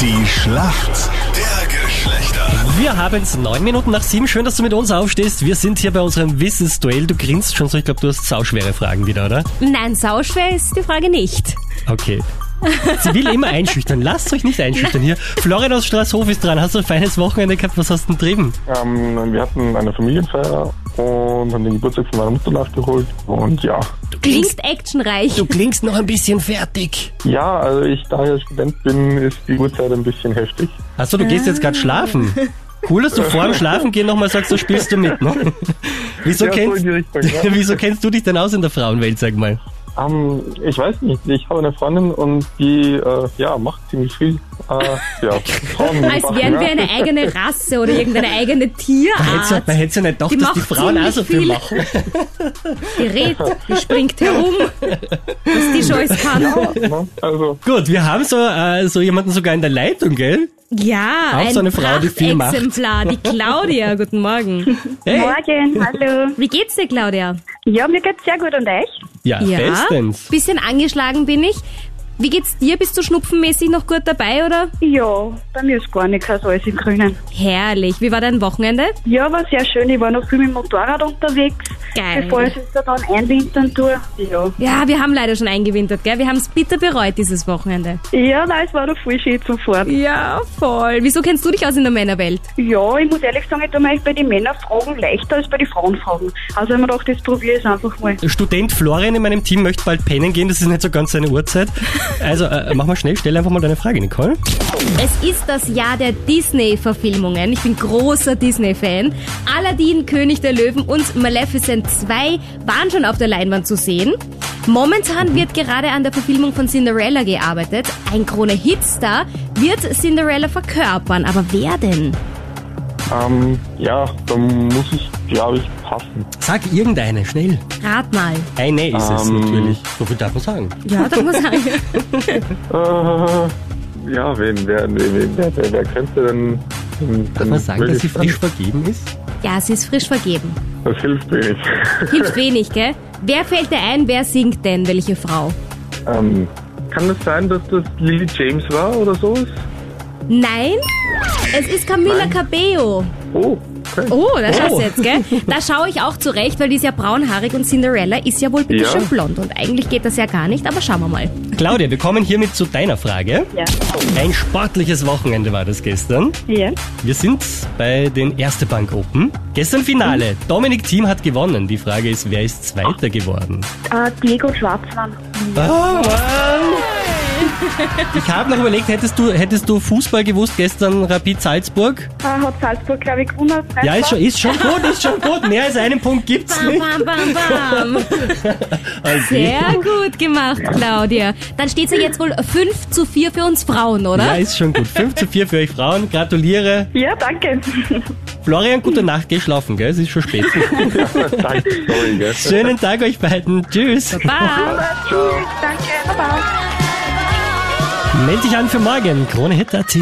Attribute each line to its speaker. Speaker 1: Die Schlacht der Geschlechter.
Speaker 2: Wir haben es neun Minuten nach sieben. Schön, dass du mit uns aufstehst. Wir sind hier bei unserem Wissensduell. Du grinst schon so. Ich glaube, du hast sauschwere Fragen wieder, oder?
Speaker 3: Nein, sauschwer ist die Frage nicht.
Speaker 2: Okay. Sie will immer einschüchtern. Lasst euch nicht einschüchtern hier. Florian aus Straßhof ist dran. Hast du ein feines Wochenende gehabt? Was hast du denn drüben?
Speaker 4: Ähm, wir hatten eine Familienfeier und haben den Geburtstag von meiner Mutter nachgeholt. Und ja.
Speaker 3: Du klingst actionreich.
Speaker 2: Du klingst noch ein bisschen fertig.
Speaker 4: Ja, also ich, da ich ja Student bin, ist die Uhrzeit ein bisschen heftig.
Speaker 2: Achso, du gehst jetzt gerade schlafen. Cool, dass du vor dem Schlafengehen nochmal sagst, so spielst du mit. Ne? Wieso,
Speaker 4: Ja, so
Speaker 2: kennst,
Speaker 4: in die Richtung, ja.
Speaker 2: wieso kennst du dich denn aus in der Frauenwelt, sag mal?
Speaker 4: Ähm, ich weiß nicht, ich habe eine Freundin und die, äh, ja, macht ziemlich viel. Äh, ja, Frauen
Speaker 3: Als
Speaker 4: machen,
Speaker 3: wären
Speaker 4: ja.
Speaker 3: wir eine eigene Rasse oder irgendeine eigene
Speaker 2: Man hätte ja-
Speaker 3: Tierart.
Speaker 2: man hätte ja nicht gedacht,
Speaker 3: Die
Speaker 2: dass die
Speaker 3: macht
Speaker 2: Frauen auch so
Speaker 3: ziemlich
Speaker 2: viel
Speaker 3: viel.
Speaker 2: machen.
Speaker 3: Die redet, die springt herum, was die schon alles kann.
Speaker 4: Ne? Also,
Speaker 2: Gut, wir haben so, äh, so jemanden sogar in der Leitung, gell?
Speaker 3: Ja,
Speaker 2: Auch
Speaker 3: ein
Speaker 2: so eine Frau, die viel macht.
Speaker 3: Prachtexemplar, die Claudia. Guten Morgen.
Speaker 2: Hey.
Speaker 5: Morgen, hallo.
Speaker 3: Wie geht's dir, Claudia?
Speaker 5: Ja, mir geht's sehr gut und euch?
Speaker 2: Ja, bestens.
Speaker 3: bisschen angeschlagen bin ich. Wie geht's dir? Bist du schnupfenmäßig noch gut dabei, oder?
Speaker 5: Ja, bei mir ist gar nichts, also alles im Grünen.
Speaker 3: Herrlich. Wie war dein Wochenende?
Speaker 5: Ja, war sehr schön, ich war noch viel mit dem Motorrad unterwegs,
Speaker 3: Geil.
Speaker 5: bevor ich jetzt dann einwintern tue. Ja.
Speaker 3: Ja, wir haben leider schon eingewintert, gell? Wir haben es bitter bereut dieses Wochenende.
Speaker 5: ja, nein, es war noch viel schön zum Fahren.
Speaker 3: Ja, voll. Wieso kennst du dich aus in der Männerwelt?
Speaker 5: Ja, ich muss ehrlich sagen, ich tue mir eigentlich bei den Männerfragen leichter als bei den Frauenfragen. Also ich mir gedacht, das probiere ich einfach mal.
Speaker 2: Student Florian in meinem Team möchte bald pennen gehen, das ist nicht so ganz seine Uhrzeit. Also äh, mach mal schnell, stell einfach mal deine Frage, Nicole.
Speaker 3: Es ist das Jahr der Disney-Verfilmungen. Ich bin großer Disney-Fan. Aladdin, König der Löwen und Maleficent 2 waren schon auf der Leinwand zu sehen. Momentan wird gerade an der Verfilmung von Cinderella gearbeitet. Ein Krone-Hitstar wird Cinderella verkörpern. Aber wer denn?
Speaker 4: ähm, ja, dann muss ich, glaube ich, passen.
Speaker 2: Sag irgendeine, schnell.
Speaker 3: Rat mal.
Speaker 2: Eine ist es
Speaker 4: Ähm.
Speaker 2: natürlich. So viel darf man sagen.
Speaker 3: Ja, da muss sagen.
Speaker 4: Äh, ja, wen, wer, wen, wer, wer, wer könnte denn...
Speaker 2: Darf
Speaker 4: Kann
Speaker 2: man sagen, dass sie frisch vergeben ist?
Speaker 3: Ja, sie ist frisch vergeben.
Speaker 4: Das hilft wenig.
Speaker 3: Hilft wenig, gell? Wer fällt dir ein? Wer singt denn? Welche Frau?
Speaker 4: ähm, kann es sein, dass das Lily James war oder sowas?
Speaker 3: Nein? Es ist Camila Cabello.
Speaker 4: Oh, okay.
Speaker 3: Oh, da schaust
Speaker 2: Oh.
Speaker 3: du jetzt, gell? Da schaue ich auch zurecht, weil die ist ja braunhaarig und Cinderella ist ja wohl bitte
Speaker 4: Ja.
Speaker 3: schon blond. Und eigentlich geht das ja gar nicht, aber schauen wir mal.
Speaker 2: Claudia, wir kommen hiermit zu deiner Frage.
Speaker 5: Ja.
Speaker 2: Ein sportliches Wochenende war das gestern.
Speaker 5: Ja.
Speaker 2: Wir sind bei den Erste Bank Open. Gestern Finale. Dominik Thiem hat gewonnen. Die Frage ist, wer ist Zweiter geworden?
Speaker 5: Äh, Diego Schwarzmann.
Speaker 2: Ah, Mann. Ich habe noch überlegt, hättest du, hättest du Fußball gewusst gestern Rapid Salzburg?
Speaker 5: Äh, hat Salzburg, glaube ich, gewonnen.
Speaker 2: Ja, ist schon, ist schon gut, ist schon gut. Mehr als einen Punkt gibt's
Speaker 3: Bam,
Speaker 2: nicht.
Speaker 3: bam, bam, bam.
Speaker 2: Also,
Speaker 3: Sehr gut gemacht, Claudia. Dann steht ja jetzt wohl 5 zu 4 für uns Frauen,
Speaker 2: ja,
Speaker 3: oder?
Speaker 2: ist schon gut. 5 zu 4 für euch Frauen. Gratuliere.
Speaker 5: Ja, danke.
Speaker 2: Florian, gute Nacht. Geh schlafen, gell? Es ist schon spät.
Speaker 4: Danke, sorry, gell?
Speaker 2: Schönen Tag euch beiden. Tschüss.
Speaker 3: Bam.
Speaker 5: Tschüss, danke, baba.
Speaker 2: Meld dich an für morgen. Krone Hit.at.